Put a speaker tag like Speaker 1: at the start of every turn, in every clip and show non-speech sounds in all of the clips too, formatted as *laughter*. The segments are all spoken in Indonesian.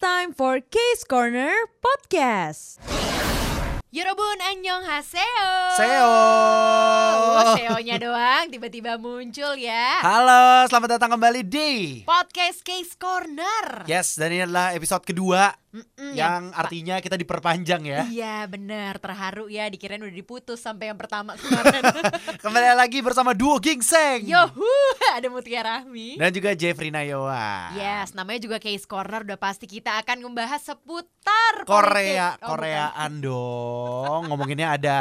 Speaker 1: time for Case Corner Podcast.
Speaker 2: Yorobun Anyong Haseo Oh,
Speaker 3: Seo.
Speaker 2: Seo-nya doang tiba-tiba muncul ya
Speaker 3: Halo, selamat datang kembali di
Speaker 2: Podcast Case Corner
Speaker 3: Yes, dan ini adalah episode kedua
Speaker 2: Mm-mm, ya.
Speaker 3: yang artinya kita diperpanjang ya.
Speaker 2: Iya bener terharu ya dikirain udah diputus sampai yang pertama kemarin
Speaker 3: *laughs* Kembali lagi bersama duo Gingseng
Speaker 2: Yohu ada Mutia Rahmi
Speaker 3: dan juga Jeffrey Nayoa.
Speaker 2: Yes, namanya juga Case Corner udah pasti kita akan membahas seputar politik. Oh,
Speaker 3: Korea,
Speaker 2: bukan.
Speaker 3: Koreaan dong. Ngomonginnya ada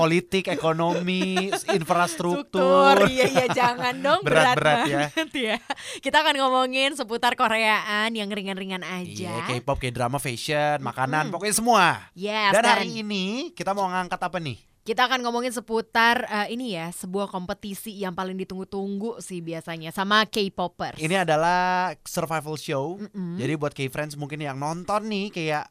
Speaker 3: politik, ekonomi, infrastruktur.
Speaker 2: Iya iya jangan
Speaker 3: *laughs*
Speaker 2: dong berat,
Speaker 3: Berat-berat ya.
Speaker 2: banget ya. Kita akan ngomongin seputar Koreaan yang ringan-ringan aja.
Speaker 3: Iya, K-pop, K-drama, fashion, makanan, pokoknya semua.
Speaker 2: Yes,
Speaker 3: Dan
Speaker 2: sekarang
Speaker 3: hari ini kita mau ngangkat apa nih?
Speaker 2: Kita akan ngomongin seputar eh, ini ya, sebuah kompetisi yang paling ditunggu-tunggu sih biasanya sama K-popers.
Speaker 3: Ini adalah survival show.
Speaker 2: Mm-mm.
Speaker 3: Jadi buat K-friends mungkin yang nonton nih kayak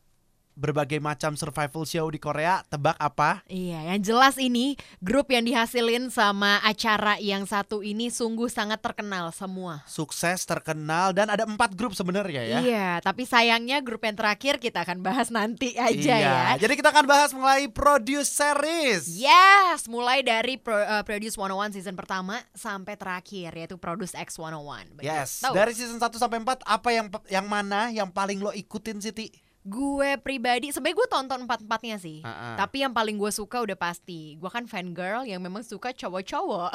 Speaker 3: berbagai macam survival show di Korea, tebak apa?
Speaker 2: Iya, yang jelas ini grup yang dihasilin sama acara yang satu ini sungguh sangat terkenal semua.
Speaker 3: Sukses, terkenal dan ada empat grup sebenarnya ya.
Speaker 2: Iya, tapi sayangnya grup yang terakhir kita akan bahas nanti aja
Speaker 3: Iya.
Speaker 2: ya. Iya,
Speaker 3: Jadi kita akan bahas mengenai produce series.
Speaker 2: Yes, mulai dari pro, eh, Produce 101 season pertama sampai terakhir yaitu Produce X101. Bener.
Speaker 3: Yes.
Speaker 2: Tahu?
Speaker 3: Dari season 1 sampai 4 apa yang yang mana yang paling lo ikutin Siti?
Speaker 2: Gue pribadi sebenarnya gue tonton empat-empatnya sih.
Speaker 3: Heeh.
Speaker 2: Tapi yang paling gue suka udah pasti Gue kan fan girl yang memang suka cowok-cowok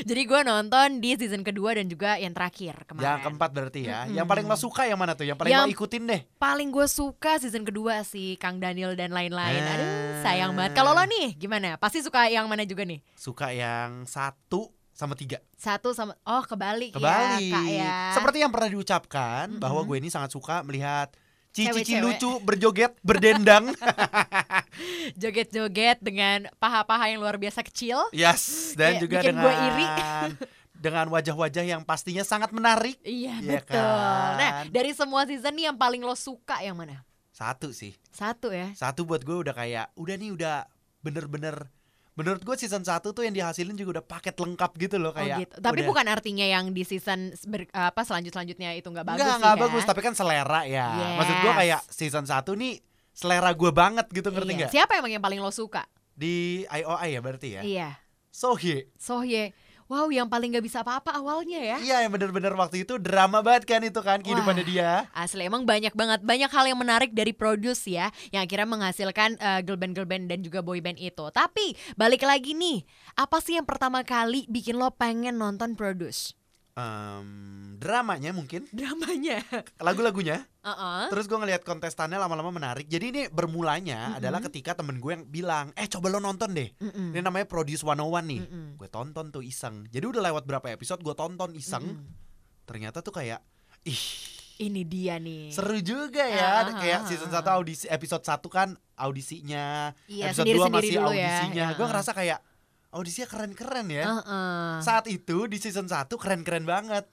Speaker 2: *laughs* Jadi gue nonton di season kedua dan juga yang terakhir kemarin
Speaker 3: Yang keempat berarti ya.
Speaker 2: Mm-mm.
Speaker 3: Yang paling lo suka yang mana tuh? Yang paling
Speaker 2: Yang-
Speaker 3: lo ikutin deh.
Speaker 2: Paling gue suka season kedua sih Kang Daniel dan lain-lain
Speaker 3: Ah.
Speaker 2: Aduh sayang banget Kalau lo nih gimana? Pasti suka yang mana juga nih?
Speaker 3: Suka yang satu sama tiga
Speaker 2: Satu sama Oh kebalik,
Speaker 3: kebalik.
Speaker 2: ya kak ya
Speaker 3: Seperti yang pernah diucapkan bahwa
Speaker 2: Mhm.
Speaker 3: gue ini sangat suka melihat
Speaker 2: Cewek-cewek.
Speaker 3: cici-cici lucu *laughs* berjoget
Speaker 2: *laughs*
Speaker 3: berdendang.
Speaker 2: Joget-joget dengan paha-paha yang luar biasa kecil
Speaker 3: yes, dan
Speaker 2: Kayak
Speaker 3: juga
Speaker 2: Iya, bikin
Speaker 3: dengan
Speaker 2: gue iri.
Speaker 3: *laughs* dengan wajah-wajah yang pastinya sangat menarik.
Speaker 2: Iya
Speaker 3: Iya
Speaker 2: betul Nah
Speaker 3: kan?
Speaker 2: dari semua season nih yang paling lo suka yang mana?
Speaker 3: Satu sih.
Speaker 2: Satu ya
Speaker 3: Satu buat gue udah kayak udah nih udah bener-bener menurut gue season 1 tuh yang dihasilin juga udah paket lengkap gitu loh
Speaker 2: Oh
Speaker 3: kayak.
Speaker 2: gitu. Tapi
Speaker 3: udah-
Speaker 2: bukan artinya yang di season ber- apa selanjut selanjutnya itu nggak bagus
Speaker 3: Nggak,
Speaker 2: sih
Speaker 3: nggak
Speaker 2: kan?
Speaker 3: bagus, tapi kan selera ya. Maksud gue
Speaker 2: Yes.
Speaker 3: kayak season 1 nih selera gue banget gitu ngerti
Speaker 2: Iya.
Speaker 3: nggak?
Speaker 2: Siapa emang yang paling lo suka?
Speaker 3: Di IOI ya berarti ya.
Speaker 2: Iya.
Speaker 3: Sohye.
Speaker 2: Sohye. Wow, yang paling nggak bisa apa-apa awalnya ya.
Speaker 3: Iya yang bener-bener waktu itu drama banget kan itu kan kehidupannya
Speaker 2: Wah.
Speaker 3: dia
Speaker 2: Asli emang banyak banget banyak hal yang menarik dari produce ya yang akhirnya menghasilkan eh, girl band girl band dan juga boy band itu. Tapi balik lagi nih, apa sih yang pertama kali bikin lo pengen nonton produce?
Speaker 3: Em, Dramanya mungkin
Speaker 2: Dramanya.
Speaker 3: Lagu-lagunya
Speaker 2: Heeh.
Speaker 3: Terus gue ngelihat kontestannya lama-lama menarik Jadi ini
Speaker 2: Mm-mm.
Speaker 3: bermulanya adalah ketika temen gue yang bilang Eh coba lo nonton deh
Speaker 2: Mm-mm.
Speaker 3: Ini namanya Produce 101 nih
Speaker 2: Mm-mm.
Speaker 3: Gue tonton tuh iseng Jadi udah lewat berapa episode gue tonton iseng
Speaker 2: Mm-mm.
Speaker 3: Ternyata tuh kayak Ih
Speaker 2: Ini dia nih.
Speaker 3: seru juga
Speaker 2: Iya. Ah,
Speaker 3: ya
Speaker 2: ah, ah,
Speaker 3: Kayak season
Speaker 2: ah.
Speaker 3: 1 audisi Episode 1 kan audisinya
Speaker 2: Iya,
Speaker 3: Episode 2
Speaker 2: sendiri-sendiri
Speaker 3: masih
Speaker 2: dulu ya.
Speaker 3: audisinya
Speaker 2: Iya,
Speaker 3: Gue
Speaker 2: ah.
Speaker 3: ngerasa kayak Audisinya keren-keren ya
Speaker 2: Heeh.
Speaker 3: Saat itu di season 1 keren-keren banget.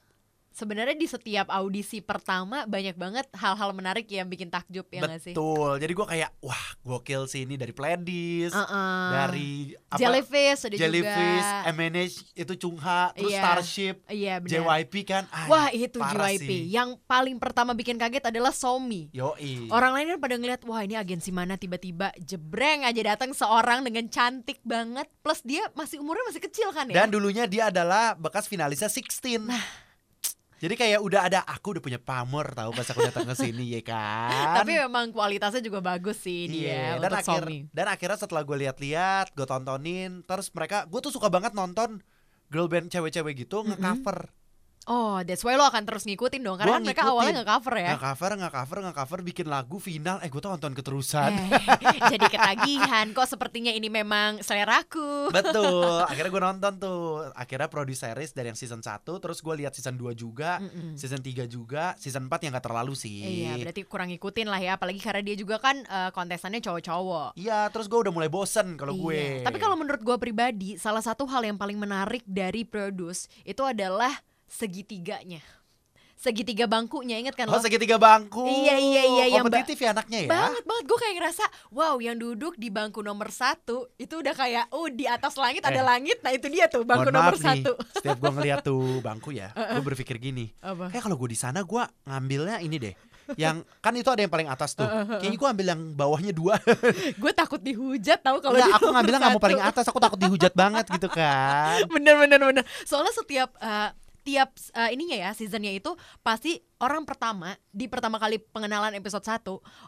Speaker 2: Sebenarnya di setiap audisi pertama banyak banget hal-hal menarik yang bikin takjub ya nggak sih?
Speaker 3: Betul. Jadi gua kayak wah, gokil sih ini dari Pledis,
Speaker 2: Uh-uh.
Speaker 3: dari apa
Speaker 2: Jellyfish ada
Speaker 3: Jellyfish,
Speaker 2: juga.
Speaker 3: MNH itu Chungha, terus
Speaker 2: Iya.
Speaker 3: Starship,
Speaker 2: Iya benar.
Speaker 3: JYP kan. Ah,
Speaker 2: Wah itu
Speaker 3: parah
Speaker 2: JYP.
Speaker 3: sih.
Speaker 2: Yang paling pertama bikin kaget adalah Somi.
Speaker 3: Yoi.
Speaker 2: Orang lain kan pada ngeliat wah ini agensi mana tiba-tiba jebreng aja datang seorang dengan cantik banget plus dia masih umurnya masih kecil kan ya. Nah.
Speaker 3: Dan dulunya dia adalah bekas finalisnya 16. Jadi kayak udah ada aku udah punya pamor tahu pas aku datang ke sini ya kan.
Speaker 2: *laughs* Tapi memang kualitasnya juga bagus sih dia ya,
Speaker 3: Iya, dan
Speaker 2: untuk
Speaker 3: akhir-
Speaker 2: Somi.
Speaker 3: dan akhirnya setelah gue lihat-lihat, gue tontonin, terus mereka, gue tuh suka banget nonton girl band cewek-cewek gitu
Speaker 2: Mm-mm.
Speaker 3: nge-cover,
Speaker 2: Oh, that's why lo akan terus ngikutin dong karena
Speaker 3: Gua
Speaker 2: kan mereka
Speaker 3: ngikutin.
Speaker 2: awalnya nggak cover ya.
Speaker 3: nge-cover, nge-cover, nge-cover, bikin lagu final, eh gue tuh nonton keterusan.
Speaker 2: Eh, *laughs* jadi ketagihan kok sepertinya ini memang seleraku.
Speaker 3: *laughs* Betul, akhirnya gue nonton tuh, akhirnya produce series dari yang season 1, terus gue lihat season 2 juga,
Speaker 2: Mm-mm.
Speaker 3: season 3 juga, season 4 yang gak terlalu sih.
Speaker 2: Mm. Iya, berarti kurang ngikutin lah ya, apalagi karena dia juga kan eh, kontestannya cowok-cowok.
Speaker 3: Iya, terus gue udah mulai bosen kalau gue.
Speaker 2: Iya. Tapi kalau menurut gue pribadi, salah satu hal yang paling menarik dari produce itu adalah segitiganya. Segitiga bangkunya, inget kan lo?
Speaker 3: Oh segitiga bangku.
Speaker 2: Iya, iya, iya, yang ba-
Speaker 3: Kompetitif ya anaknya ya.
Speaker 2: Banget banget gue kayak ngerasa wow yang duduk di bangku nomor satu itu udah kayak oh di atas langit ada
Speaker 3: Eh.
Speaker 2: langit nah itu dia tuh bangku
Speaker 3: Mohon
Speaker 2: nomor
Speaker 3: maaf
Speaker 2: satu *laughs*
Speaker 3: Nih, setiap gue ngeliat tuh bangku ya, gue berpikir gini.
Speaker 2: Apa?
Speaker 3: Kayak kalau gue di sana gue ngambilnya ini deh.
Speaker 2: *laughs*
Speaker 3: yang kan itu ada yang paling atas tuh. Kayaknya gue ambil yang bawahnya dua.
Speaker 2: Gue takut dihujat tahu kalau
Speaker 3: Enggak,
Speaker 2: di
Speaker 3: aku
Speaker 2: nomor
Speaker 3: ngambilnya nggak mau
Speaker 2: satu.
Speaker 3: paling atas. Aku takut dihujat banget gitu
Speaker 2: *laughs*
Speaker 3: kan.
Speaker 2: Bener bener bener. Soalnya setiap eh, tiap eh, ininya ya seasonnya itu pasti orang pertama di pertama kali pengenalan episode 1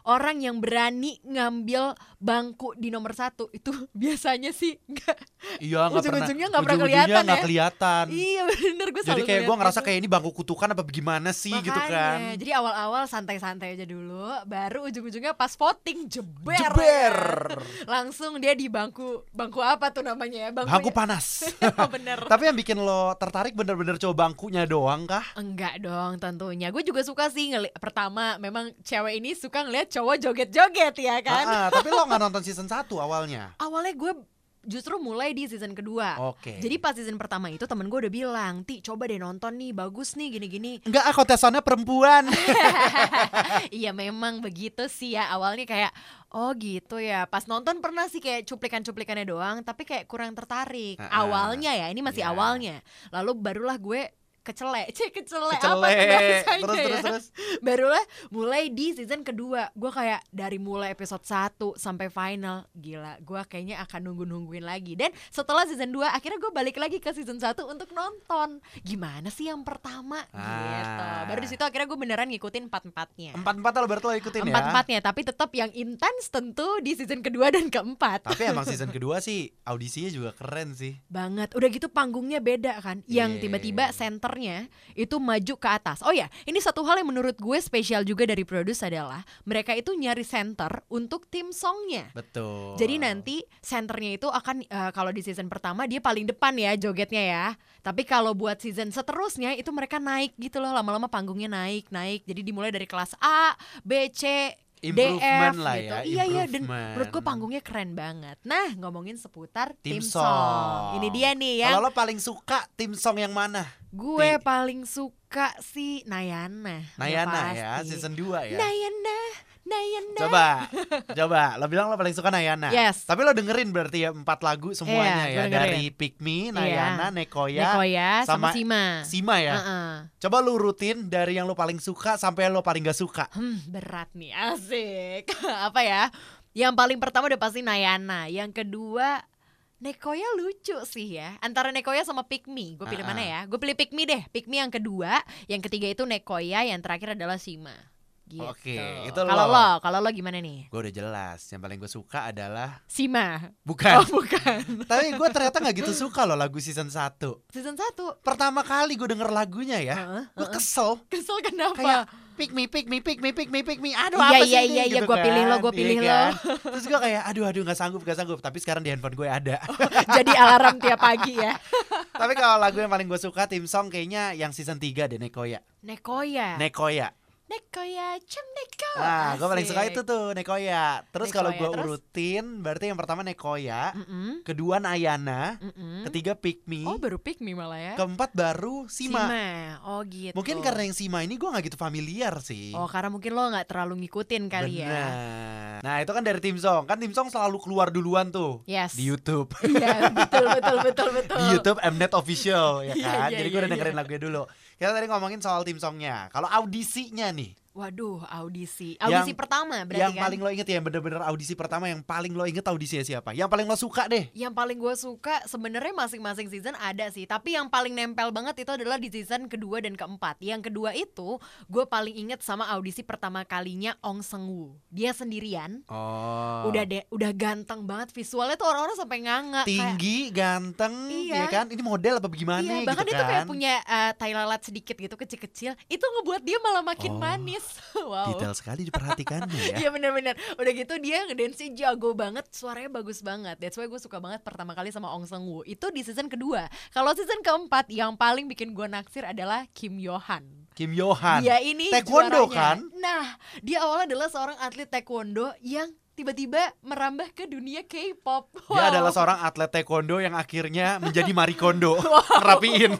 Speaker 2: orang yang berani ngambil bangku di nomor satu itu *laughs* biasanya sih enggak
Speaker 3: Iya nggak pernah.
Speaker 2: Ujung-ujungnya nggak pernah
Speaker 3: Ujung-ujungnya
Speaker 2: kelihatan
Speaker 3: nggak
Speaker 2: ya.
Speaker 3: kelihatan.
Speaker 2: iya bener gue
Speaker 3: Jadi kayak gue ngerasa kayak ini bangku kutukan apa gimana sih gitu kan.
Speaker 2: Jadi awal-awal santai-santai aja dulu, baru ujung-ujungnya pas voting jeber.
Speaker 3: Jeber.
Speaker 2: Langsung dia di bangku bangku apa tuh namanya ya? Oh,
Speaker 3: Bangku
Speaker 2: *laughs*
Speaker 3: panas.
Speaker 2: bener.
Speaker 3: Tapi yang bikin lo tertarik bener-bener coba bangkunya doang kah?
Speaker 2: Enggak dong tentunya Gue juga suka sih ngeli- Pertama memang cewek ini suka ngeliat cowok joget-joget ya kan
Speaker 3: Ah, ah, tapi lo nggak nonton season 1 awalnya.
Speaker 2: Awalnya gue justru mulai di season kedua
Speaker 3: Oke.
Speaker 2: Jadi pas season pertama itu temen gue udah bilang Ti coba deh nonton nih bagus nih gini-gini
Speaker 3: Enggak, ah, kontestannya
Speaker 2: *laughs*
Speaker 3: perempuan. Eh.
Speaker 2: Iya memang begitu sih ya Awalnya kayak oh gitu ya Pas nonton pernah sih kayak cuplikan-cuplikannya doang Tapi kayak kurang tertarik
Speaker 3: Ah, ah.
Speaker 2: Awalnya ya ini masih
Speaker 3: Iya.
Speaker 2: awalnya Lalu barulah gue kecelek *laughs* Cek kecelek, apa tuh
Speaker 3: Kecelek.
Speaker 2: bahasanya
Speaker 3: Terus
Speaker 2: ya?
Speaker 3: terus terus.
Speaker 2: Barulah mulai di season kedua Gue kayak dari mulai episode 1 sampai final Gila gue kayaknya akan nunggu-nungguin lagi Dan setelah season 2 akhirnya gue balik lagi ke season 1 untuk nonton Gimana sih yang pertama gitu
Speaker 3: Ah.
Speaker 2: Baru disitu akhirnya gue beneran ngikutin empat-empatnya
Speaker 3: Empat-empat lo berarti lo ikutin ya.
Speaker 2: Empat-empatnya tapi tetap yang intens tentu di season kedua dan keempat
Speaker 3: Tapi emang season kedua sih audisinya juga keren sih.
Speaker 2: banget. Udah gitu panggungnya beda kan. Yang
Speaker 3: Iya.
Speaker 2: tiba-tiba senternya itu maju ke atas. Oh ya, ini satu hal yang menurut gue spesial juga dari produce adalah mereka itu nyari center untuk tim songnya.
Speaker 3: Betul.
Speaker 2: Jadi nanti senternya itu akan eh, kalau di season pertama dia paling depan ya jogetnya ya. Tapi kalau buat season seterusnya itu mereka naik gitu loh lama-lama panggungnya naik naik. Jadi dimulai dari kelas A, B, C, D, F
Speaker 3: Improvement lah
Speaker 2: gitu.
Speaker 3: ya,
Speaker 2: Iya iya dan
Speaker 3: improvement.
Speaker 2: menurut gue panggungnya keren banget. Nah ngomongin seputar tim,
Speaker 3: tim, song.
Speaker 2: Ini dia nih ya.
Speaker 3: Kalau lo paling suka tim song yang mana?
Speaker 2: Gue paling suka si Nayana. udah
Speaker 3: Nayana ya,
Speaker 2: pasti.
Speaker 3: season 2 ya.
Speaker 2: Nayana, Nayana.
Speaker 3: Coba, coba. Lo bilang lo paling suka Nayana.
Speaker 2: Yes.
Speaker 3: Tapi lo dengerin berarti ya empat lagu
Speaker 2: Iya, gue
Speaker 3: semuanya ya
Speaker 2: dengerin. Iya.
Speaker 3: dari Pick Me, Nayana, Nekoya,
Speaker 2: Nekoya ya, sama,
Speaker 3: Iya, sama
Speaker 2: Sima.
Speaker 3: Sima ya.
Speaker 2: Heeh.
Speaker 3: Coba lu rutin dari yang lo paling suka sampai lo paling gak suka.
Speaker 2: Hmm, berat nih, asik. *laughs* Apa ya? Yang paling pertama udah pasti Nayana. Yang kedua Nekoya lucu sih ya. Antara Nekoya sama Pikmi, gue pilih
Speaker 3: Ah,
Speaker 2: mana
Speaker 3: ah.
Speaker 2: ya? Gue pilih Pikmi deh. Pikmi yang kedua, yang ketiga itu Nekoya, yang terakhir adalah Sima. Gitu.
Speaker 3: Oke, itu
Speaker 2: Kalau
Speaker 3: lo.
Speaker 2: lo, kalau lo gimana nih?
Speaker 3: Gue udah jelas, yang paling gue suka *laughs* adalah
Speaker 2: Sima.
Speaker 3: bukan.
Speaker 2: Oh, bukan.
Speaker 3: Tapi gue ternyata nggak gitu suka loh lagu season 1
Speaker 2: Season 1.
Speaker 3: Pertama kali gue denger lagunya ya,
Speaker 2: Heeh,
Speaker 3: gue kesel.
Speaker 2: Kesel kenapa?
Speaker 3: Kayak pick me, pick me, pick me, pick me, pick me. Aduh
Speaker 2: Iya,
Speaker 3: apa sih
Speaker 2: iya,
Speaker 3: ini?
Speaker 2: iya, iya,
Speaker 3: Gitu
Speaker 2: gua pilih lo,
Speaker 3: kan.
Speaker 2: gua
Speaker 3: Iya
Speaker 2: pilih lo.
Speaker 3: kan? Terus gue kayak aduh aduh nggak sanggup nggak sanggup. Tapi sekarang di handphone gue ada.
Speaker 2: *laughs* Oh. Jadi alarm tiap pagi ya.
Speaker 3: *laughs* Tapi kalau lagu yang paling gue suka tim song kayaknya yang season 3 deh Nekoya.
Speaker 2: Nekoya.
Speaker 3: Nekoya.
Speaker 2: Nekoya, cem Neko.
Speaker 3: Nah, gue paling
Speaker 2: Oh,
Speaker 3: suka
Speaker 2: Asik.
Speaker 3: itu tuh Nekoya. Terus
Speaker 2: Nekoya,
Speaker 3: kalau gue
Speaker 2: terus?
Speaker 3: urutin berarti yang pertama Nekoya,
Speaker 2: Mm-mm.
Speaker 3: kedua Nayana,
Speaker 2: Mm-mm.
Speaker 3: ketiga Pick Me,
Speaker 2: Hmm. Oh baru pick me malah ya.
Speaker 3: keempat baru Sima.
Speaker 2: Oh gitu.
Speaker 3: Mungkin karena yang Sima ini gue nggak gitu familiar sih.
Speaker 2: Oh karena mungkin lo nggak terlalu ngikutin kali ya.
Speaker 3: Benar. Nah itu kan dari tim song kan tim song selalu keluar duluan tuh
Speaker 2: Yes.
Speaker 3: di YouTube.
Speaker 2: *laughs* Iya betul betul betul betul.
Speaker 3: di YouTube Mnet Official ya
Speaker 2: Iya,
Speaker 3: kan.
Speaker 2: iya,
Speaker 3: Jadi gue udah
Speaker 2: iya,
Speaker 3: dengerin lagunya dulu. Kita tadi ngomongin soal tim songnya. Kalau audisinya nih,
Speaker 2: Waduh audisi audisi
Speaker 3: Yang-
Speaker 2: pertama berarti
Speaker 3: yang
Speaker 2: kan.
Speaker 3: paling lo inget ya, yang bener-bener audisi pertama yang paling lo inget audisinya siapa? Yang paling lo suka deh.
Speaker 2: Yang paling gue suka sebenarnya masing-masing season ada sih, tapi yang paling nempel banget itu adalah di season kedua dan keempat. Yang kedua itu gue paling inget sama audisi pertama kalinya Ong Sengwu. Dia sendirian,
Speaker 3: Oh.
Speaker 2: udah de- udah ganteng banget visualnya tuh orang-orang sampai nganga. kayak-
Speaker 3: tinggi, ganteng,
Speaker 2: Iya.
Speaker 3: ya kan? Ini model apa gimana
Speaker 2: Iya,
Speaker 3: gitu
Speaker 2: bahkan
Speaker 3: kan?
Speaker 2: itu kayak punya eh, tai lalat sedikit gitu kecil-kecil. Itu ngebuat dia malah makin
Speaker 3: Oh.
Speaker 2: manis. *laughs* wow.
Speaker 3: Detail ya. sekali diperhatikannya ya.
Speaker 2: *laughs* Iya benar-benar. Udah gitu dia ngedance jago banget, suaranya bagus banget. That's why gue suka banget pertama kali sama Ong Seung Woo. Itu di season kedua. Kalau season keempat yang paling bikin gue naksir adalah Kim Yohan.
Speaker 3: Kim Yohan.
Speaker 2: Dia ini
Speaker 3: Taekwondo,
Speaker 2: juaranya.
Speaker 3: kan?
Speaker 2: Nah, dia awalnya adalah seorang atlet taekwondo yang tiba-tiba merambah ke dunia K-pop. Wow.
Speaker 3: Dia adalah seorang atlet taekwondo yang akhirnya menjadi
Speaker 2: *laughs*
Speaker 3: Marie Kondo. Rapiin.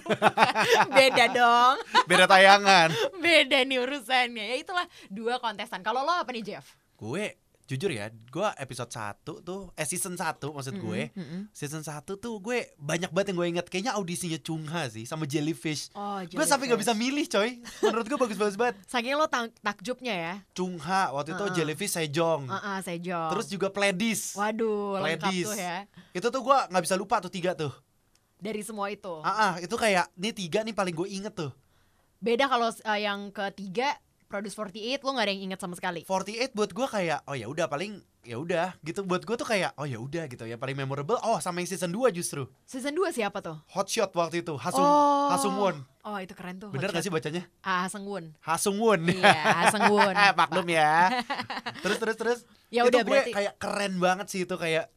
Speaker 2: beda dong.
Speaker 3: Beda tayangan.
Speaker 2: Beda nih urusannya. Ya itulah dua kontestan. Kalau lo apa nih Jeff?
Speaker 3: Gue jujur ya, gue episode 1 tuh, eh season 1 maksud gue,
Speaker 2: Mm-mm, mm-mm.
Speaker 3: season 1 tuh gue banyak banget yang gue inget kayaknya audisinya Chungha sih sama Jellyfish.
Speaker 2: Oh,
Speaker 3: Gue sampai gak bisa milih coy. Menurut gue bagus-bagus banget.
Speaker 2: Saking lo tang- takjubnya ya.
Speaker 3: Chungha waktu itu
Speaker 2: Uh-uh.
Speaker 3: Jellyfish Sejong.
Speaker 2: Heeh, Sejong.
Speaker 3: Mm. Terus juga Pledis.
Speaker 2: waduh, lengkap
Speaker 3: Pledis.
Speaker 2: tuh ya.
Speaker 3: Itu tuh gue nggak bisa lupa tuh tiga tuh.
Speaker 2: Dari semua itu.
Speaker 3: Ah, ah, itu kayak nih tiga nih paling gue inget tuh.
Speaker 2: Beda kalau eh, yang ketiga Produce 48 lo gak ada yang inget sama sekali.
Speaker 3: 48 buat gue kayak oh ya udah paling ya udah gitu buat gue tuh kayak oh ya udah gitu yang paling memorable oh sama yang season 2 justru
Speaker 2: Season 2 siapa tuh?
Speaker 3: hot shot waktu itu Hasum
Speaker 2: Oh.
Speaker 3: Hasumwon
Speaker 2: Oh, itu keren tuh.
Speaker 3: bener gak sih bacanya
Speaker 2: Ah,
Speaker 3: *laughs*
Speaker 2: Sengwon.
Speaker 3: Hasumwon
Speaker 2: Iya,
Speaker 3: *laughs*
Speaker 2: Sengwon.
Speaker 3: Eh, maklum ya terus terus terus
Speaker 2: Ya
Speaker 3: itu
Speaker 2: udah
Speaker 3: gue
Speaker 2: berarti
Speaker 3: kayak keren banget sih itu kayak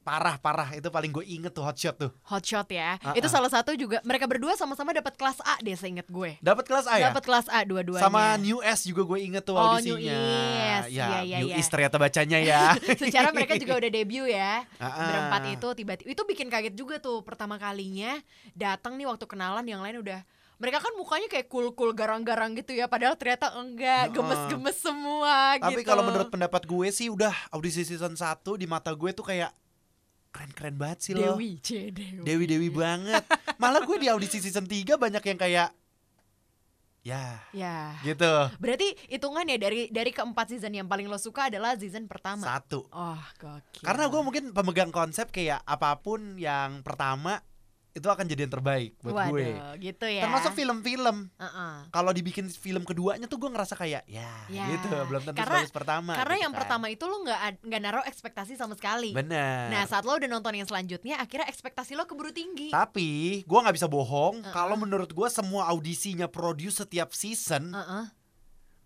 Speaker 3: parah parah itu paling gue inget tuh hot shot tuh
Speaker 2: hot shot ya.
Speaker 3: Ah,
Speaker 2: Itu
Speaker 3: ah.
Speaker 2: salah satu juga mereka berdua sama-sama dapat kelas A deh seinget gue.
Speaker 3: dapat kelas A ya
Speaker 2: Dapat kelas A dua-duanya.
Speaker 3: sama New S juga gue inget tuh
Speaker 2: Oh,
Speaker 3: audisinya
Speaker 2: New East.
Speaker 3: ya
Speaker 2: Iya, iya,
Speaker 3: New
Speaker 2: iya.
Speaker 3: East ternyata bacanya
Speaker 2: *laughs*
Speaker 3: ya
Speaker 2: Secara mereka
Speaker 3: *laughs*
Speaker 2: juga udah debut ya.
Speaker 3: Ah, ah.
Speaker 2: Berempat itu tiba-tiba itu bikin kaget juga tuh pertama kalinya datang nih waktu kenalan yang lain udah mereka kan mukanya kayak cool-cool garang-garang gitu ya padahal ternyata enggak
Speaker 3: Heeh.
Speaker 2: gemes-gemes semua
Speaker 3: Tapi
Speaker 2: gitu.
Speaker 3: kalau menurut pendapat gue sih udah audisi season 1 di mata gue tuh kayak keren-keren banget sih lo.
Speaker 2: Dewi, C, Dewi.
Speaker 3: Dewi-dewi banget. Malah gue di audisi season 3 banyak yang kayak ya
Speaker 2: Ya.
Speaker 3: gitu.
Speaker 2: Berarti hitungannya dari dari keempat season yang paling lo suka adalah season pertama.
Speaker 3: Satu.
Speaker 2: Oh, gokil.
Speaker 3: Karena gue mungkin pemegang konsep kayak apapun yang pertama itu akan jadi yang terbaik buat
Speaker 2: Waduh,
Speaker 3: gue.
Speaker 2: gitu ya.
Speaker 3: Termasuk film-film.
Speaker 2: Heeh.
Speaker 3: Kalau dibikin film keduanya tuh gue ngerasa kayak ya,
Speaker 2: Ya.
Speaker 3: gitu belum tentu
Speaker 2: Karena-
Speaker 3: sebagus pertama.
Speaker 2: Karena
Speaker 3: gitu
Speaker 2: yang
Speaker 3: kan.
Speaker 2: pertama itu lo nggak ad- nggak naruh ekspektasi sama sekali.
Speaker 3: Bener.
Speaker 2: Nah saat lo udah nonton yang selanjutnya Akhirnya ekspektasi lo keburu tinggi
Speaker 3: Tapi gua nggak bisa bohong
Speaker 2: Uh-uh.
Speaker 3: kalau menurut gua semua audisinya produce setiap season
Speaker 2: Heeh,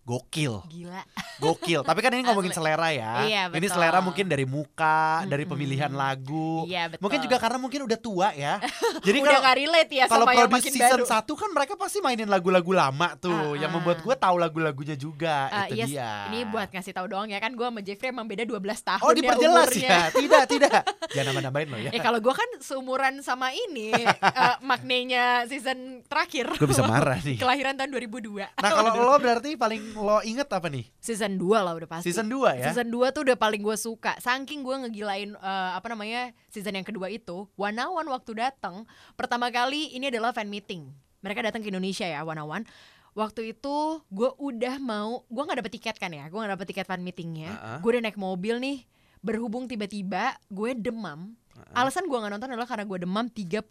Speaker 3: gokil,
Speaker 2: Gila
Speaker 3: gokil. Tapi
Speaker 2: *laughs*
Speaker 3: kan ini ngomongin
Speaker 2: Asli.
Speaker 3: selera ya.
Speaker 2: Iya,
Speaker 3: Ini
Speaker 2: betul.
Speaker 3: selera mungkin dari muka, dari
Speaker 2: Mm-mm.
Speaker 3: pemilihan lagu.
Speaker 2: Iya betul
Speaker 3: Mungkin juga karena mungkin udah tua
Speaker 2: *laughs*
Speaker 3: ya. Jadi
Speaker 2: Udah
Speaker 3: kalau
Speaker 2: nggak relate ya
Speaker 3: kalau
Speaker 2: sama yang
Speaker 3: produce
Speaker 2: makin
Speaker 3: season
Speaker 2: baru
Speaker 3: satu kan mereka pasti mainin lagu-lagu lama tuh
Speaker 2: Uh-uh.
Speaker 3: yang membuat gua tahu lagu-lagunya juga
Speaker 2: Ah,
Speaker 3: itu
Speaker 2: yes,
Speaker 3: dia.
Speaker 2: Ini buat ngasih tahu doang ya kan Gue sama Jeffrey emang beda 12 tahun
Speaker 3: Oh, diperjelas
Speaker 2: umurnya.
Speaker 3: ya. Tidak,
Speaker 2: *laughs*
Speaker 3: tidak. Jangan nambah-nambahin loh ya.
Speaker 2: Eh kalau gue kan seumuran sama
Speaker 3: *laughs*
Speaker 2: ini eh, Maknanya season terakhir
Speaker 3: Gue bisa marah
Speaker 2: *laughs*
Speaker 3: nih.
Speaker 2: Kelahiran tahun 2002
Speaker 3: Nah, kalau lo berarti paling lo inget apa nih?
Speaker 2: Season 2 lah udah pasti
Speaker 3: Season 2 ya.
Speaker 2: Season 2 tuh udah paling gue suka. Saking gue ngegilain eh, apa namanya season yang kedua itu, Wanawan waktu datang pertama kali ini adalah fan meeting. Mereka datang ke Indonesia ya Wanawan. Waktu itu gue udah mau, gue nggak dapet tiket kan ya, gue nggak dapet tiket fan meetingnya.
Speaker 3: Uh-uh.
Speaker 2: Gue udah naik mobil nih, berhubung tiba-tiba gue demam. Alasan gue nggak nonton adalah karena gue demam 39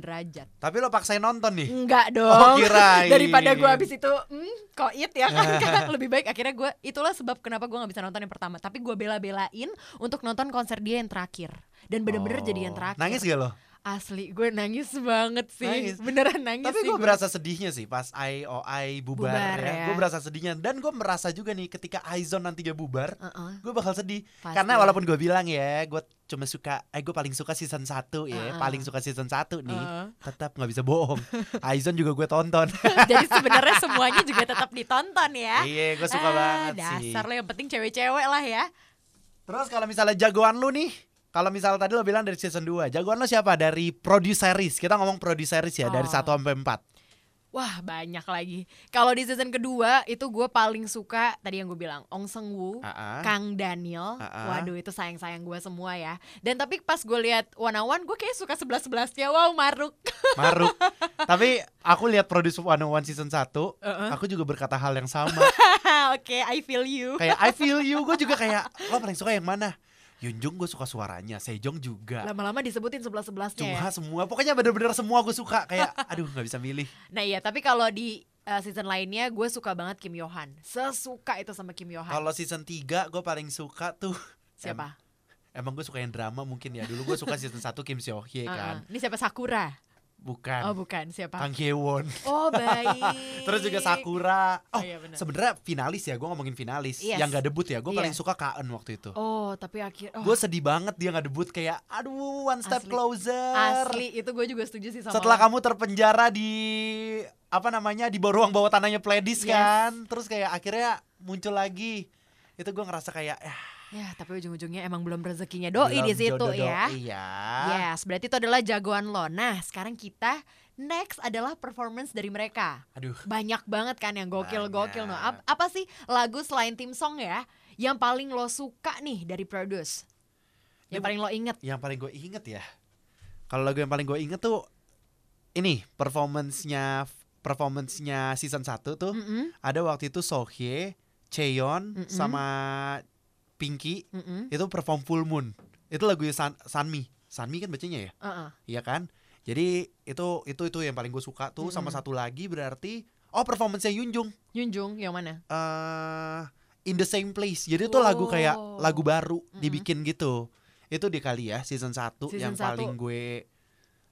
Speaker 2: derajat.
Speaker 3: Tapi lo paksain nonton nih.
Speaker 2: Enggak dong.
Speaker 3: Oh, kirain.
Speaker 2: Daripada gue abis itu, hmm, koit
Speaker 3: *laughs*
Speaker 2: ya kan. Lebih baik akhirnya gue, itulah sebab kenapa gue gak bisa nonton yang pertama. Tapi gue bela-belain untuk nonton konser dia yang terakhir. Dan Iya, bener-bener
Speaker 3: Oh.
Speaker 2: jadi yang terakhir.
Speaker 3: Nangis gak lo?
Speaker 2: Asli, gue nangis banget sih.
Speaker 3: Nangis.
Speaker 2: Beneran nangis
Speaker 3: Tapi
Speaker 2: Iya sih.
Speaker 3: gue berasa sedihnya sih pas IOI bubar,
Speaker 2: Bubar
Speaker 3: ya.
Speaker 2: ya.
Speaker 3: Gue berasa sedihnya dan gue merasa juga nih ketika Aizon nantinya bubar,
Speaker 2: Heeh,
Speaker 3: gue bakal sedih.
Speaker 2: pasti
Speaker 3: Karena
Speaker 2: lah.
Speaker 3: walaupun gue bilang ya, gue cuma suka, eh gue paling suka season 1
Speaker 2: Ah.
Speaker 3: ya, paling suka season 1 nih,
Speaker 2: Heeh. *laughs*
Speaker 3: tetap nggak bisa bohong. Aizon juga gue tonton.
Speaker 2: Jadi sebenarnya semuanya juga tetap ditonton ya.
Speaker 3: Iya, gue suka
Speaker 2: Ah,
Speaker 3: banget sih.
Speaker 2: Dasar lo yang penting cewek-cewek lah ya.
Speaker 3: Terus kalau misalnya jagoan lu nih, kalau misalnya tadi lo bilang dari season 2, jagoan lo siapa? Dari produce series. Kita ngomong produce series ya, dari
Speaker 2: Oh.
Speaker 3: 1 sampai 4.
Speaker 2: Wah banyak lagi. Kalau di season kedua itu gue paling suka tadi yang gue bilang Ong Seung Woo,
Speaker 3: Ah-ah.
Speaker 2: Kang Daniel,
Speaker 3: Ah. Ah-ah.
Speaker 2: waduh itu sayang-sayang gue semua ya. Dan tapi pas gue lihat Wanawan, gue kayak suka sebelas sebelasnya. Wow maruk.
Speaker 3: Maruk. Tapi aku lihat Produce 101 season 1,
Speaker 2: Heeh.
Speaker 3: aku juga berkata hal yang sama.
Speaker 2: *laughs* Oke, I feel you.
Speaker 3: kayak I feel you, gue juga kayak lo paling suka yang mana? Yunjung gue suka suaranya, Sejong juga.
Speaker 2: Lama-lama disebutin sebelas sebelasnya. Ya.
Speaker 3: Cungha semua, pokoknya bener-bener semua gue suka Kayak aduh gak bisa milih
Speaker 2: Nah iya, tapi kalau di uh, season lainnya gue suka banget Kim Yohan. Sesuka itu sama Kim Yohan.
Speaker 3: Kalau season 3 gue paling suka tuh
Speaker 2: siapa?
Speaker 3: Emang gue suka yang drama mungkin ya Dulu gue suka season 1 Kim Seo Hye kan
Speaker 2: Uh-uh. Ini siapa Sakura?
Speaker 3: Bukan
Speaker 2: Oh bukan, siapa?
Speaker 3: Kang Hye Won
Speaker 2: Oh baik.
Speaker 3: *laughs* Terus juga Sakura Oh,
Speaker 2: Oh, iya, benar.
Speaker 3: sebenarnya finalis ya Gue ngomongin finalis
Speaker 2: Yes.
Speaker 3: Yang gak debut ya Gue
Speaker 2: Iya.
Speaker 3: paling suka Kaen waktu itu
Speaker 2: Oh tapi akhir. oh,
Speaker 3: Gue sedih banget dia nggak debut kayak aduh one step
Speaker 2: Asli.
Speaker 3: closer.
Speaker 2: Asli itu gue juga setuju sih sama
Speaker 3: Setelah
Speaker 2: lo.
Speaker 3: kamu terpenjara di apa namanya di bawah ruang bawah tanahnya Pledis
Speaker 2: Yes.
Speaker 3: kan, terus kayak akhirnya muncul lagi. Itu gue ngerasa kayak eh
Speaker 2: Ya tapi ujung-ujungnya emang belum rezekinya doi di
Speaker 3: belum
Speaker 2: situ
Speaker 3: jodoh
Speaker 2: ya
Speaker 3: doi, Iya.
Speaker 2: Yes berarti itu adalah jagoan lo Nah sekarang kita Next adalah performance dari mereka.
Speaker 3: Aduh.
Speaker 2: Banyak banget kan yang gokil-gokil
Speaker 3: Banyak.
Speaker 2: no. Ap- apa sih lagu selain tim song ya yang paling lo suka nih dari Produce? Yang
Speaker 3: Ini-
Speaker 2: paling lo inget?
Speaker 3: Yang paling gue inget ya. Kalau lagu yang paling gue inget tuh ini performance-nya performance-nya season 1 tuh
Speaker 2: Mm-mm,
Speaker 3: ada waktu itu Sohye, Cheon
Speaker 2: Hmm. Mm-mm.
Speaker 3: sama Pinky
Speaker 2: mm-mm,
Speaker 3: itu perform Full Moon. Itu lagu San Sanmi. Sanmi kan bacanya ya?
Speaker 2: uh-uh.
Speaker 3: Iya kan? Jadi itu itu itu yang paling gue suka tuh sama
Speaker 2: Mm-mm.
Speaker 3: satu lagi berarti oh performance-nya Yunjung
Speaker 2: Yunjung yang mana?
Speaker 3: eh in the same place. Jadi itu lagu kayak
Speaker 2: Wow.
Speaker 3: lagu baru
Speaker 2: Mm-mm.
Speaker 3: dibikin gitu. Itu di kali ya season 1 yang
Speaker 2: Season
Speaker 3: paling
Speaker 2: satu.
Speaker 3: gue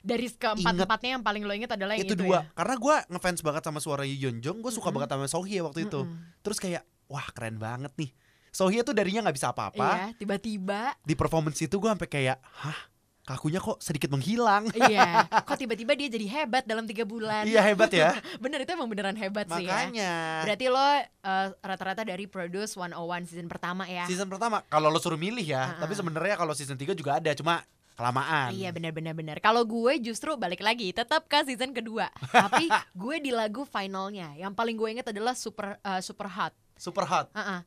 Speaker 2: Dari keempat empatnya yang paling lo inget adalah yang
Speaker 3: itu,
Speaker 2: itu,
Speaker 3: dua
Speaker 2: ya?
Speaker 3: karena gue ngefans banget sama suara Yunjung, gue suka
Speaker 2: Mm-mm.
Speaker 3: banget sama Sohye waktu itu.
Speaker 2: Mm-mm.
Speaker 3: Terus kayak wah keren banget nih. Sohye tuh darinya nggak bisa apa-apa.
Speaker 2: Iya, tiba-tiba.
Speaker 3: Di performance itu gue sampai kayak hah kakunya kok sedikit menghilang.
Speaker 2: iya. Kok tiba-tiba dia jadi hebat dalam tiga bulan?
Speaker 3: Iya hebat
Speaker 2: *laughs*
Speaker 3: ya.
Speaker 2: Bener itu emang beneran hebat sih Kan? ya.
Speaker 3: Makanya
Speaker 2: Berarti lo eh, rata-rata dari Produce 101 season pertama ya.
Speaker 3: season pertama kalau lo suruh milih ya,
Speaker 2: Ah,
Speaker 3: tapi
Speaker 2: ah.
Speaker 3: sebenarnya kalau season 3 juga ada cuma kelamaan.
Speaker 2: Iya benar-benar benar. Kalau gue justru balik lagi tetap ke season
Speaker 3: *laughs*
Speaker 2: kedua. Tapi gue di lagu finalnya yang paling gue inget adalah super eh, super hot.
Speaker 3: Super hot.
Speaker 2: Ah, ah.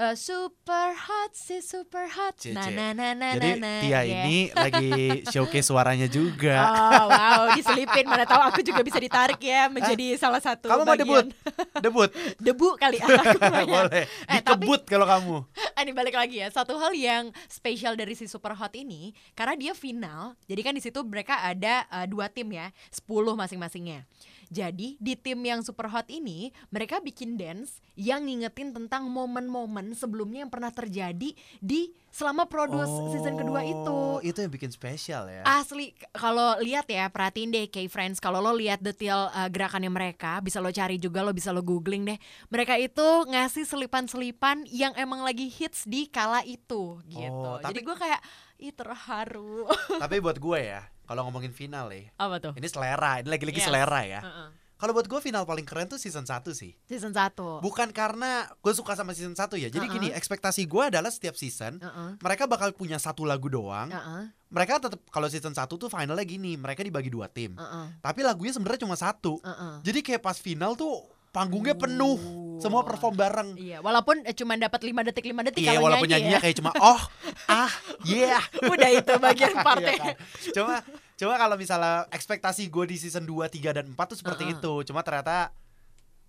Speaker 2: Eh, super hot si super hot.
Speaker 3: Cece.
Speaker 2: Na na na na
Speaker 3: Jadi
Speaker 2: na, ya. na.
Speaker 3: Tia
Speaker 2: Yeah.
Speaker 3: ini ya.
Speaker 2: *laughs*
Speaker 3: lagi showcase suaranya juga.
Speaker 2: Oh
Speaker 3: *laughs*
Speaker 2: wow diselipin mana tahu aku juga bisa ditarik ya menjadi salah satu
Speaker 3: Eh, kamu mau debut?
Speaker 2: bagian. *laughs*
Speaker 3: Debut.
Speaker 2: Debu kali ya, aku banyak.
Speaker 3: Boleh.
Speaker 2: Oh. Eh, tapi-
Speaker 3: Dikebut kalau kamu.
Speaker 2: *laughs* Ah, ini balik lagi ya. Satu hal yang spesial dari si Super Hot ini karena dia final. Jadi kan di situ mereka ada eh, dua tim ya, 10 masing-masingnya. Jadi di tim yang Super Hot ini mereka bikin dance yang ngingetin tentang momen-momen sebelumnya yang pernah terjadi di selama produce season kedua itu. Ah.
Speaker 3: Oh, Itu yang bikin spesial ya.
Speaker 2: Asli k- kalau lihat ya perhatiin deh K-Friends kalau lo lihat detail uh, gerakannya mereka bisa lo cari juga lo bisa lo googling deh. Mereka itu ngasih selipan-selipan yang emang lagi hits di kala itu gitu.
Speaker 3: Oh,
Speaker 2: Jadi
Speaker 3: tapi-
Speaker 2: gue kayak ih
Speaker 3: *laughs*
Speaker 2: terharu.
Speaker 3: Tapi buat gue ya, kalau ngomongin final ya,
Speaker 2: Apa tuh?
Speaker 3: ini selera, ini lagi-lagi
Speaker 2: Yes.
Speaker 3: selera ya.
Speaker 2: Heeh.
Speaker 3: Kalau buat gue final paling keren tuh season 1 sih.
Speaker 2: Season 1.
Speaker 3: Bukan karena gue suka sama season 1 ya. Jadi
Speaker 2: Uh-uh.
Speaker 3: gini, ekspektasi gue adalah setiap season
Speaker 2: Heeh.
Speaker 3: mereka bakal punya satu lagu doang.
Speaker 2: Heeh.
Speaker 3: Mereka tetap kalau season 1 tuh finalnya gini, mereka dibagi dua tim.
Speaker 2: Heeh.
Speaker 3: Tapi lagunya sebenarnya cuma satu.
Speaker 2: Heeh.
Speaker 3: Jadi kayak pas final tuh panggungnya
Speaker 2: Oh.
Speaker 3: penuh, semua perform bareng.
Speaker 2: Iya, walaupun eh, cuma dapat 5 detik 5 detik
Speaker 3: Iya,
Speaker 2: kalau
Speaker 3: walaupun
Speaker 2: nyanyi
Speaker 3: nyanyinya
Speaker 2: ya.
Speaker 3: kayak cuma oh, ah, yeah.
Speaker 2: Udah itu *laughs* bagian
Speaker 3: Iya
Speaker 2: partnya.
Speaker 3: kan? Cuma cuma kalau misalnya ekspektasi gue di season 2, 3 dan 4 tuh seperti
Speaker 2: Uh-uh.
Speaker 3: itu. Cuma ternyata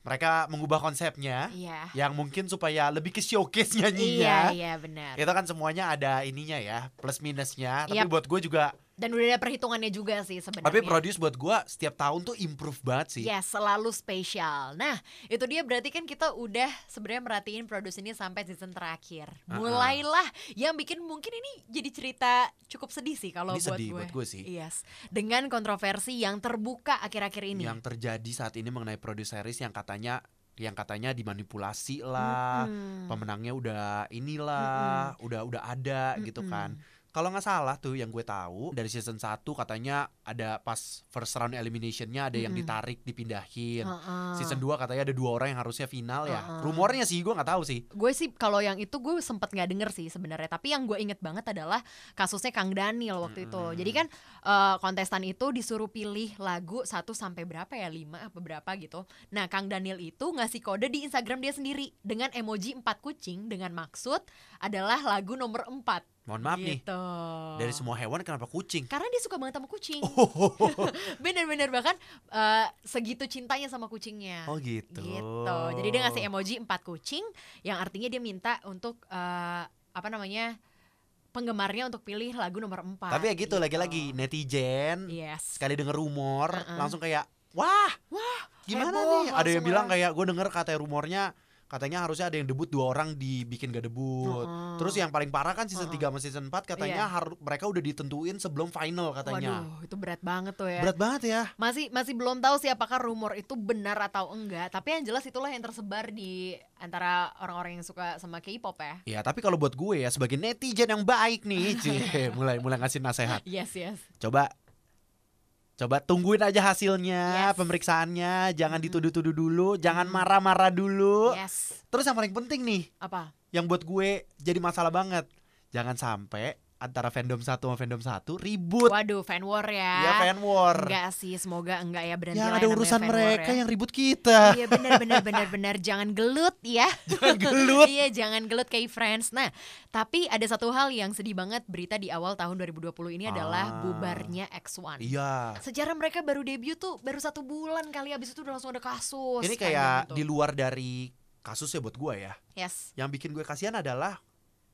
Speaker 3: mereka mengubah konsepnya
Speaker 2: Iya.
Speaker 3: yang mungkin supaya lebih ke showcase
Speaker 2: Iya,
Speaker 3: nyanyinya.
Speaker 2: iya benar.
Speaker 3: Itu kan semuanya ada ininya ya, plus minusnya. Tapi
Speaker 2: Yap.
Speaker 3: buat gue juga,
Speaker 2: Dan udah ada perhitungannya juga sih sebenarnya.
Speaker 3: tapi produce buat gue setiap tahun tuh improve banget sih.
Speaker 2: Ya, selalu spesial. Nah, itu dia berarti kan kita udah sebenarnya merhatiin produs ini sampai season terakhir.
Speaker 3: Ah, ah.
Speaker 2: Mulailah yang bikin mungkin ini jadi cerita cukup sedih sih kalau
Speaker 3: Ini
Speaker 2: buat
Speaker 3: sedih
Speaker 2: gue.
Speaker 3: buat gue sih.
Speaker 2: Yes. Dengan kontroversi yang terbuka akhir-akhir ini.
Speaker 3: Yang terjadi saat ini mengenai produce series yang katanya yang katanya dimanipulasi lah,
Speaker 2: Mm-mm.
Speaker 3: pemenangnya udah inilah, udah udah ada gitu
Speaker 2: Mm-mm.
Speaker 3: kan. Kalau nggak salah tuh yang gue tahu dari season 1 katanya ada pas first round eliminationnya ada yang
Speaker 2: Mm-mm.
Speaker 3: ditarik dipindahin.
Speaker 2: Ah, ah.
Speaker 3: Season 2 katanya ada dua orang yang harusnya final ya.
Speaker 2: Uh-uh.
Speaker 3: Rumornya sih gue nggak tahu sih.
Speaker 2: Gue sih kalau yang itu gue sempet nggak denger sih sebenarnya. Tapi yang gue inget banget adalah kasusnya Kang Daniel waktu itu.
Speaker 3: Mm-mm.
Speaker 2: Jadi kan eh, kontestan itu disuruh pilih lagu satu sampai berapa ya lima apa berapa gitu. Nah Kang Daniel itu ngasih kode di Instagram dia sendiri dengan emoji empat kucing dengan maksud adalah lagu nomor empat.
Speaker 3: Mohon maaf nih.
Speaker 2: gitu.
Speaker 3: Dari semua hewan kenapa
Speaker 2: *laughs*
Speaker 3: kucing? *laughs*
Speaker 2: Karena dia suka banget sama kucing.
Speaker 3: Oh,
Speaker 2: Bener-bener bahkan eh, segitu cintanya sama kucingnya.
Speaker 3: gitu.
Speaker 2: Gitu. Jadi dia ngasih emoji empat kucing yang artinya dia minta untuk eh, apa namanya penggemarnya untuk pilih lagu nomor empat.
Speaker 3: Tapi ya gitu
Speaker 2: iya.
Speaker 3: lagi-lagi netizen
Speaker 2: Yes.
Speaker 3: sekali denger rumor
Speaker 2: Uh-uh.
Speaker 3: langsung kayak wah, gimana
Speaker 2: heboh
Speaker 3: nih? Ada yang
Speaker 2: langsung
Speaker 3: bilang
Speaker 2: orang.
Speaker 3: kayak gue denger katanya rumornya katanya harusnya ada yang debut dua orang dibikin gak debut.
Speaker 2: Heeh.
Speaker 3: Terus yang paling parah kan season
Speaker 2: Heeh. Iya.
Speaker 3: 3 sama season 4 katanya haru- mereka udah ditentuin sebelum final katanya.
Speaker 2: Waduh, itu berat banget tuh ya.
Speaker 3: Berat banget ya.
Speaker 2: Masih masih belum tahu sih apakah rumor itu benar atau enggak, tapi yang jelas itulah yang tersebar di antara orang-orang yang suka sama K-pop ya.
Speaker 3: Ya, tapi kalau buat gue ya sebagai netizen yang
Speaker 2: *laughs*
Speaker 3: baik nih, cie, mulai mulai ngasih nasehat.
Speaker 2: Yes, yes.
Speaker 3: Coba coba tungguin aja hasilnya,
Speaker 2: Yes.
Speaker 3: pemeriksaannya, jangan
Speaker 2: Mm-mm.
Speaker 3: dituduh-tuduh dulu, jangan
Speaker 2: Mm.
Speaker 3: marah-marah dulu.
Speaker 2: Yes.
Speaker 3: Terus yang paling penting nih,
Speaker 2: Apa?
Speaker 3: yang buat gue jadi masalah banget. Jangan sampai antara fandom satu sama fandom satu ribut.
Speaker 2: Waduh, fan war ya.
Speaker 3: Ya fan war.
Speaker 2: Enggak sih, semoga enggak ya berhenti
Speaker 3: yang
Speaker 2: lah
Speaker 3: ada
Speaker 2: namanya
Speaker 3: urusan
Speaker 2: fan war
Speaker 3: mereka
Speaker 2: ya.
Speaker 3: yang ribut kita. *laughs*
Speaker 2: Iya benar benar benar benar jangan gelut ya.
Speaker 3: Jangan gelut.
Speaker 2: iya jangan gelut kayak friends. Nah, tapi ada satu hal yang sedih banget berita di awal tahun 2020 ini
Speaker 3: Ah.
Speaker 2: adalah bubarnya X1.
Speaker 3: Iya.
Speaker 2: Sejarah mereka baru debut tuh baru satu bulan kali abis itu udah langsung ada kasus. kan,
Speaker 3: Ini
Speaker 2: panjang
Speaker 3: kayak
Speaker 2: tuh.
Speaker 3: di luar dari kasusnya buat gua ya.
Speaker 2: yes.
Speaker 3: Yang bikin gue kasihan adalah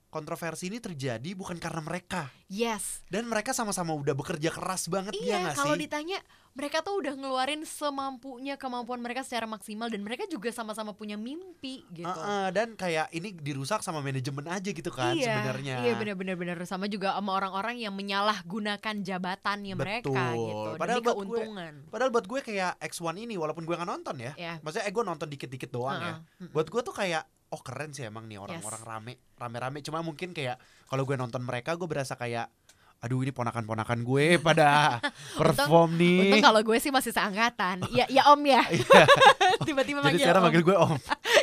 Speaker 3: kontroversi ini terjadi bukan karena mereka
Speaker 2: Yes.
Speaker 3: dan mereka sama-sama udah bekerja keras banget ya
Speaker 2: Iya,
Speaker 3: nggak
Speaker 2: kalau
Speaker 3: sih?
Speaker 2: ditanya mereka tuh udah ngeluarin semampunya kemampuan mereka secara maksimal dan mereka juga sama-sama punya mimpi gitu.
Speaker 3: Heeh, dan kayak ini dirusak sama manajemen aja gitu kan
Speaker 2: iya,
Speaker 3: sebenarnya.
Speaker 2: Iya benar-benar benar sama juga sama orang-orang yang menyalahgunakan jabatannya mereka
Speaker 3: Betul.
Speaker 2: gitu
Speaker 3: Padahal
Speaker 2: demi
Speaker 3: buat gue-
Speaker 2: keuntungan.
Speaker 3: Padahal buat gue kayak X1 ini walaupun gue nggak nonton ya.
Speaker 2: Ya.
Speaker 3: Maksudnya eh gue nonton dikit-dikit doang ya.
Speaker 2: heeh. Mm-mm.
Speaker 3: Buat gue tuh kayak oh keren sih emang nih orang-orang rame rame-rame cuma mungkin kayak kalau gue nonton mereka gue berasa kayak aduh ini ponakan-ponakan gue pada
Speaker 2: *laughs*
Speaker 3: perform
Speaker 2: Untung
Speaker 3: nih.
Speaker 2: kalau gue sih masih
Speaker 3: *laughs*
Speaker 2: seangkatan. Ya ya Om ya. *laughs*
Speaker 3: Iya,
Speaker 2: Tiba-tiba
Speaker 3: Jadi
Speaker 2: manggil
Speaker 3: sekarang
Speaker 2: Om.
Speaker 3: manggil gue om.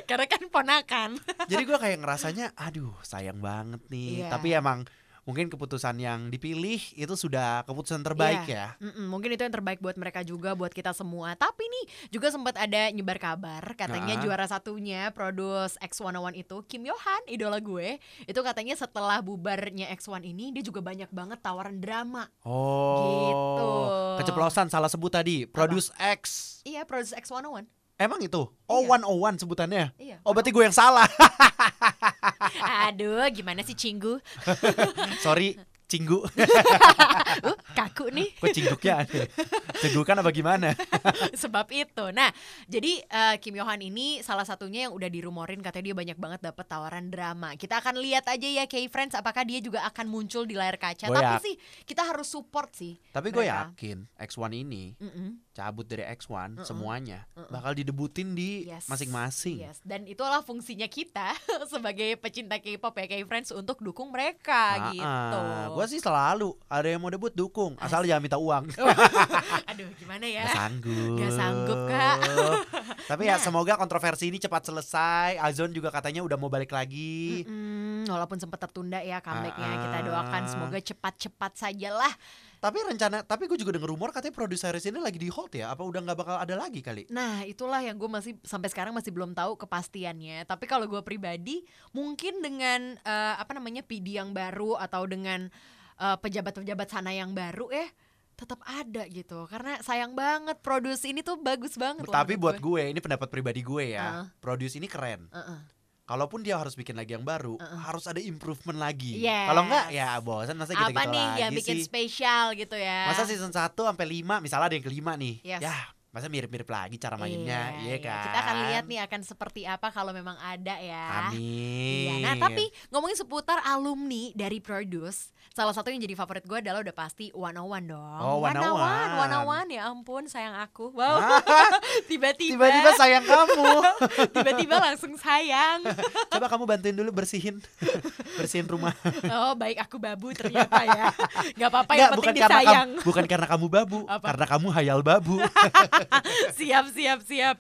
Speaker 2: Karena kan ponakan.
Speaker 3: Jadi gue kayak ngerasanya aduh sayang banget
Speaker 2: Iya.
Speaker 3: nih. Tapi emang mungkin keputusan yang dipilih itu sudah keputusan terbaik ya.
Speaker 2: Mm-mm, mungkin itu yang terbaik buat mereka juga, buat kita semua. Tapi nih juga sempat ada nyebar kabar, katanya
Speaker 3: Ah.
Speaker 2: juara satunya produs X101 itu Kim Yohan, idola gue. Itu katanya setelah bubarnya X1 ini dia juga banyak banget tawaran drama. Gitu.
Speaker 3: Oh. Keceplosan salah sebut tadi. Produce X.
Speaker 2: Iya, produs X101.
Speaker 3: Emang itu? Oh,
Speaker 2: Iya.
Speaker 3: 101 sebutannya.
Speaker 2: Iya.
Speaker 3: Oh, berarti gue yang
Speaker 2: *laughs*
Speaker 3: salah.
Speaker 2: Aduh, gimana sih Cinggu?
Speaker 3: Sorry, cinggu.
Speaker 2: Uh, kaku nih. *laughs*
Speaker 3: Kok cingguknya aneh? Cinggukan apa gimana?
Speaker 2: Sebab itu. Nah, jadi eh, Kim Yohan ini salah satunya yang udah dirumorin katanya dia banyak banget dapat tawaran drama. Kita akan lihat aja ya K-Friends apakah dia juga akan muncul di layar kaca.
Speaker 3: Gua
Speaker 2: Tapi
Speaker 3: yak-
Speaker 2: sih kita harus support sih.
Speaker 3: Tapi gue
Speaker 2: Mereka.
Speaker 3: yakin X1 ini
Speaker 2: Mm-mm.
Speaker 3: cabut dari X1
Speaker 2: Mm-mm.
Speaker 3: semuanya
Speaker 2: Mm-mm.
Speaker 3: bakal didebutin di
Speaker 2: Yes. Iya.
Speaker 3: masing-masing.
Speaker 2: Yes, dan itulah fungsinya kita *laughs* sebagai pecinta K-pop ya K-Friends untuk dukung mereka gitu.
Speaker 3: Gue Ah, sih selalu ada yang mau debut dukung, asal jangan minta uang.
Speaker 2: Aduh, gimana ya?
Speaker 3: Gak sanggup.
Speaker 2: Gak Ya. sanggup, Kak.
Speaker 3: *laughs* Tapi ya
Speaker 2: Nah.
Speaker 3: semoga kontroversi ini cepat selesai. Azon juga katanya udah mau balik lagi.
Speaker 2: Mm-mm, Mm, walaupun sempat tertunda ya comebacknya kita
Speaker 3: Ah.
Speaker 2: doakan semoga cepat-cepat sajalah
Speaker 3: Tapi rencana, tapi gue juga denger rumor katanya produser ini lagi di hold ya. Apa udah nggak bakal ada lagi kali?
Speaker 2: Nah, itulah yang gue masih sampai sekarang masih belum tahu kepastiannya. Tapi kalau gue pribadi, mungkin dengan eh, apa namanya PD yang baru atau dengan eh, pejabat-pejabat sana yang baru ya tetap ada gitu. Karena sayang banget produs ini tuh bagus banget. loh
Speaker 3: Tapi
Speaker 2: menurut
Speaker 3: buat
Speaker 2: Ah.
Speaker 3: gue ini pendapat pribadi gue
Speaker 2: Heeh.
Speaker 3: ya. Produce ini keren.
Speaker 2: Heeh.
Speaker 3: Kalaupun dia harus bikin lagi yang baru, harus ada improvement lagi.
Speaker 2: Yes.
Speaker 3: Kalau enggak ya bosan masa gitu-gitu
Speaker 2: apa nih
Speaker 3: lagi
Speaker 2: yang bikin
Speaker 3: sih.
Speaker 2: spesial gitu ya?
Speaker 3: Masa season 1 sampai 5 misalnya ada yang kelima nih.
Speaker 2: Yes.
Speaker 3: Ya, masa mirip-mirip lagi cara mainnya,
Speaker 2: Iya,
Speaker 3: iya,
Speaker 2: iya.
Speaker 3: kan?
Speaker 2: Kita akan lihat nih akan seperti apa kalau memang ada ya.
Speaker 3: Amin.
Speaker 2: Iya, nah tapi ngomongin seputar alumni dari Produce, salah satu yang jadi favorit gue adalah udah pasti 101 dong.
Speaker 3: Oh, 101.
Speaker 2: 101, 101, ya ampun sayang aku. Wow,
Speaker 3: Ah,
Speaker 2: *laughs* tiba-tiba
Speaker 3: tiba-tiba sayang
Speaker 2: *laughs*
Speaker 3: kamu.
Speaker 2: tiba-tiba langsung sayang.
Speaker 3: Coba kamu bantuin dulu bersihin. *laughs* bersihin rumah.
Speaker 2: Oh, baik aku babu ternyata ya. Gak apa-apa
Speaker 3: Nggak,
Speaker 2: yang
Speaker 3: bukan
Speaker 2: penting
Speaker 3: karena
Speaker 2: disayang.
Speaker 3: kamu, bukan karena kamu babu,
Speaker 2: Apa?
Speaker 3: karena kamu hayal babu.
Speaker 2: *laughs* siap, siap, siap.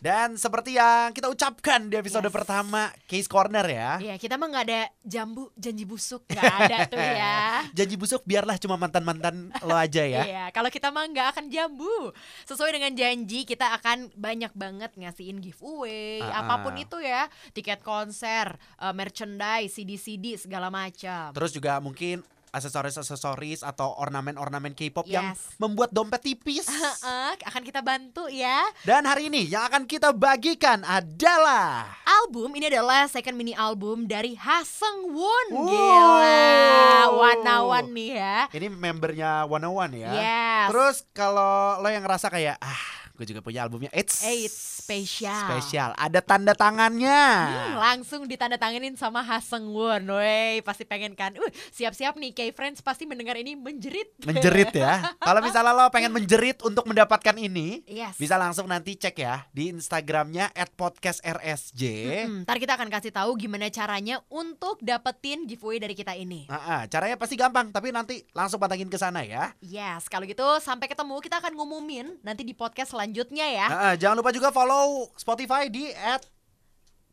Speaker 3: Dan seperti yang kita ucapkan di episode
Speaker 2: Yes.
Speaker 3: pertama Case Corner ya.
Speaker 2: Iya, kita mah gak ada jambu janji busuk, gak ada tuh
Speaker 3: *laughs*
Speaker 2: ya.
Speaker 3: Eh, Janji busuk biarlah cuma mantan-mantan lo aja ya.
Speaker 2: Iya, kalau kita mah nggak akan jambu. Sesuai dengan janji, kita akan banyak banget ngasihin giveaway,
Speaker 3: Ah,
Speaker 2: apapun
Speaker 3: ah.
Speaker 2: itu ya, tiket konser, eh, merchandise, CD-CD segala macam.
Speaker 3: Terus juga mungkin aksesoris-aksesoris atau ornamen-ornamen K-pop yang
Speaker 2: Yes.
Speaker 3: membuat dompet tipis.
Speaker 2: *laughs* Heeh, akan kita bantu ya.
Speaker 3: Dan hari ini yang akan kita bagikan adalah
Speaker 2: Album ini adalah second mini album dari Haseng Woon.
Speaker 3: Wow.
Speaker 2: Gila, warna-warni nih ya.
Speaker 3: ini membernya 101 ya.
Speaker 2: Yes.
Speaker 3: Terus kalau lo yang ngerasa kayak ah, gue juga punya albumnya. It's
Speaker 2: Eits, spesial.
Speaker 3: Spesial. Ada tanda tangannya.
Speaker 2: Hmm, langsung ditandatanganin sama Haseng Woon. Wey, pasti pengen kan. Uh, siap-siap nih K-Friends pasti mendengar ini menjerit.
Speaker 3: menjerit ya. Kalau misalnya lo pengen menjerit untuk mendapatkan ini,
Speaker 2: Yes.
Speaker 3: bisa langsung nanti cek ya di Instagramnya @podcastrsj.
Speaker 2: Mm, ntar kita akan kasih tahu gimana caranya untuk dapetin giveaway dari kita ini.
Speaker 3: Ah, ah, caranya pasti gampang, tapi nanti langsung pantengin ke sana ya.
Speaker 2: Yes, kalau gitu sampai ketemu kita akan ngumumin nanti di podcast selanjutnya ya.
Speaker 3: Ah, ah, jangan lupa juga follow Spotify di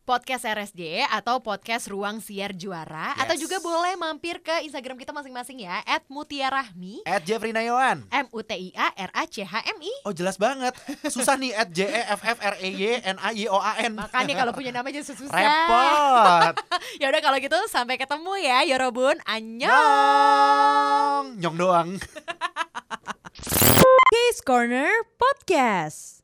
Speaker 2: podcast RSJ atau podcast Ruang Siar Juara atau
Speaker 3: Yes.
Speaker 2: juga boleh mampir ke Instagram kita masing-masing ya @mutiarahmi
Speaker 3: At Jeffrey Nayawan.
Speaker 2: M U T I A R A C H M I
Speaker 3: Oh jelas banget. Susah nih at J E F F R E Y N A Y O A N.
Speaker 2: Makanya kalau punya nama jadi susah.
Speaker 3: repot.
Speaker 2: Ya udah kalau gitu sampai ketemu ya Yorobun. Annyeong.
Speaker 3: Nyong. Nyong doang.
Speaker 1: Case Corner Podcast.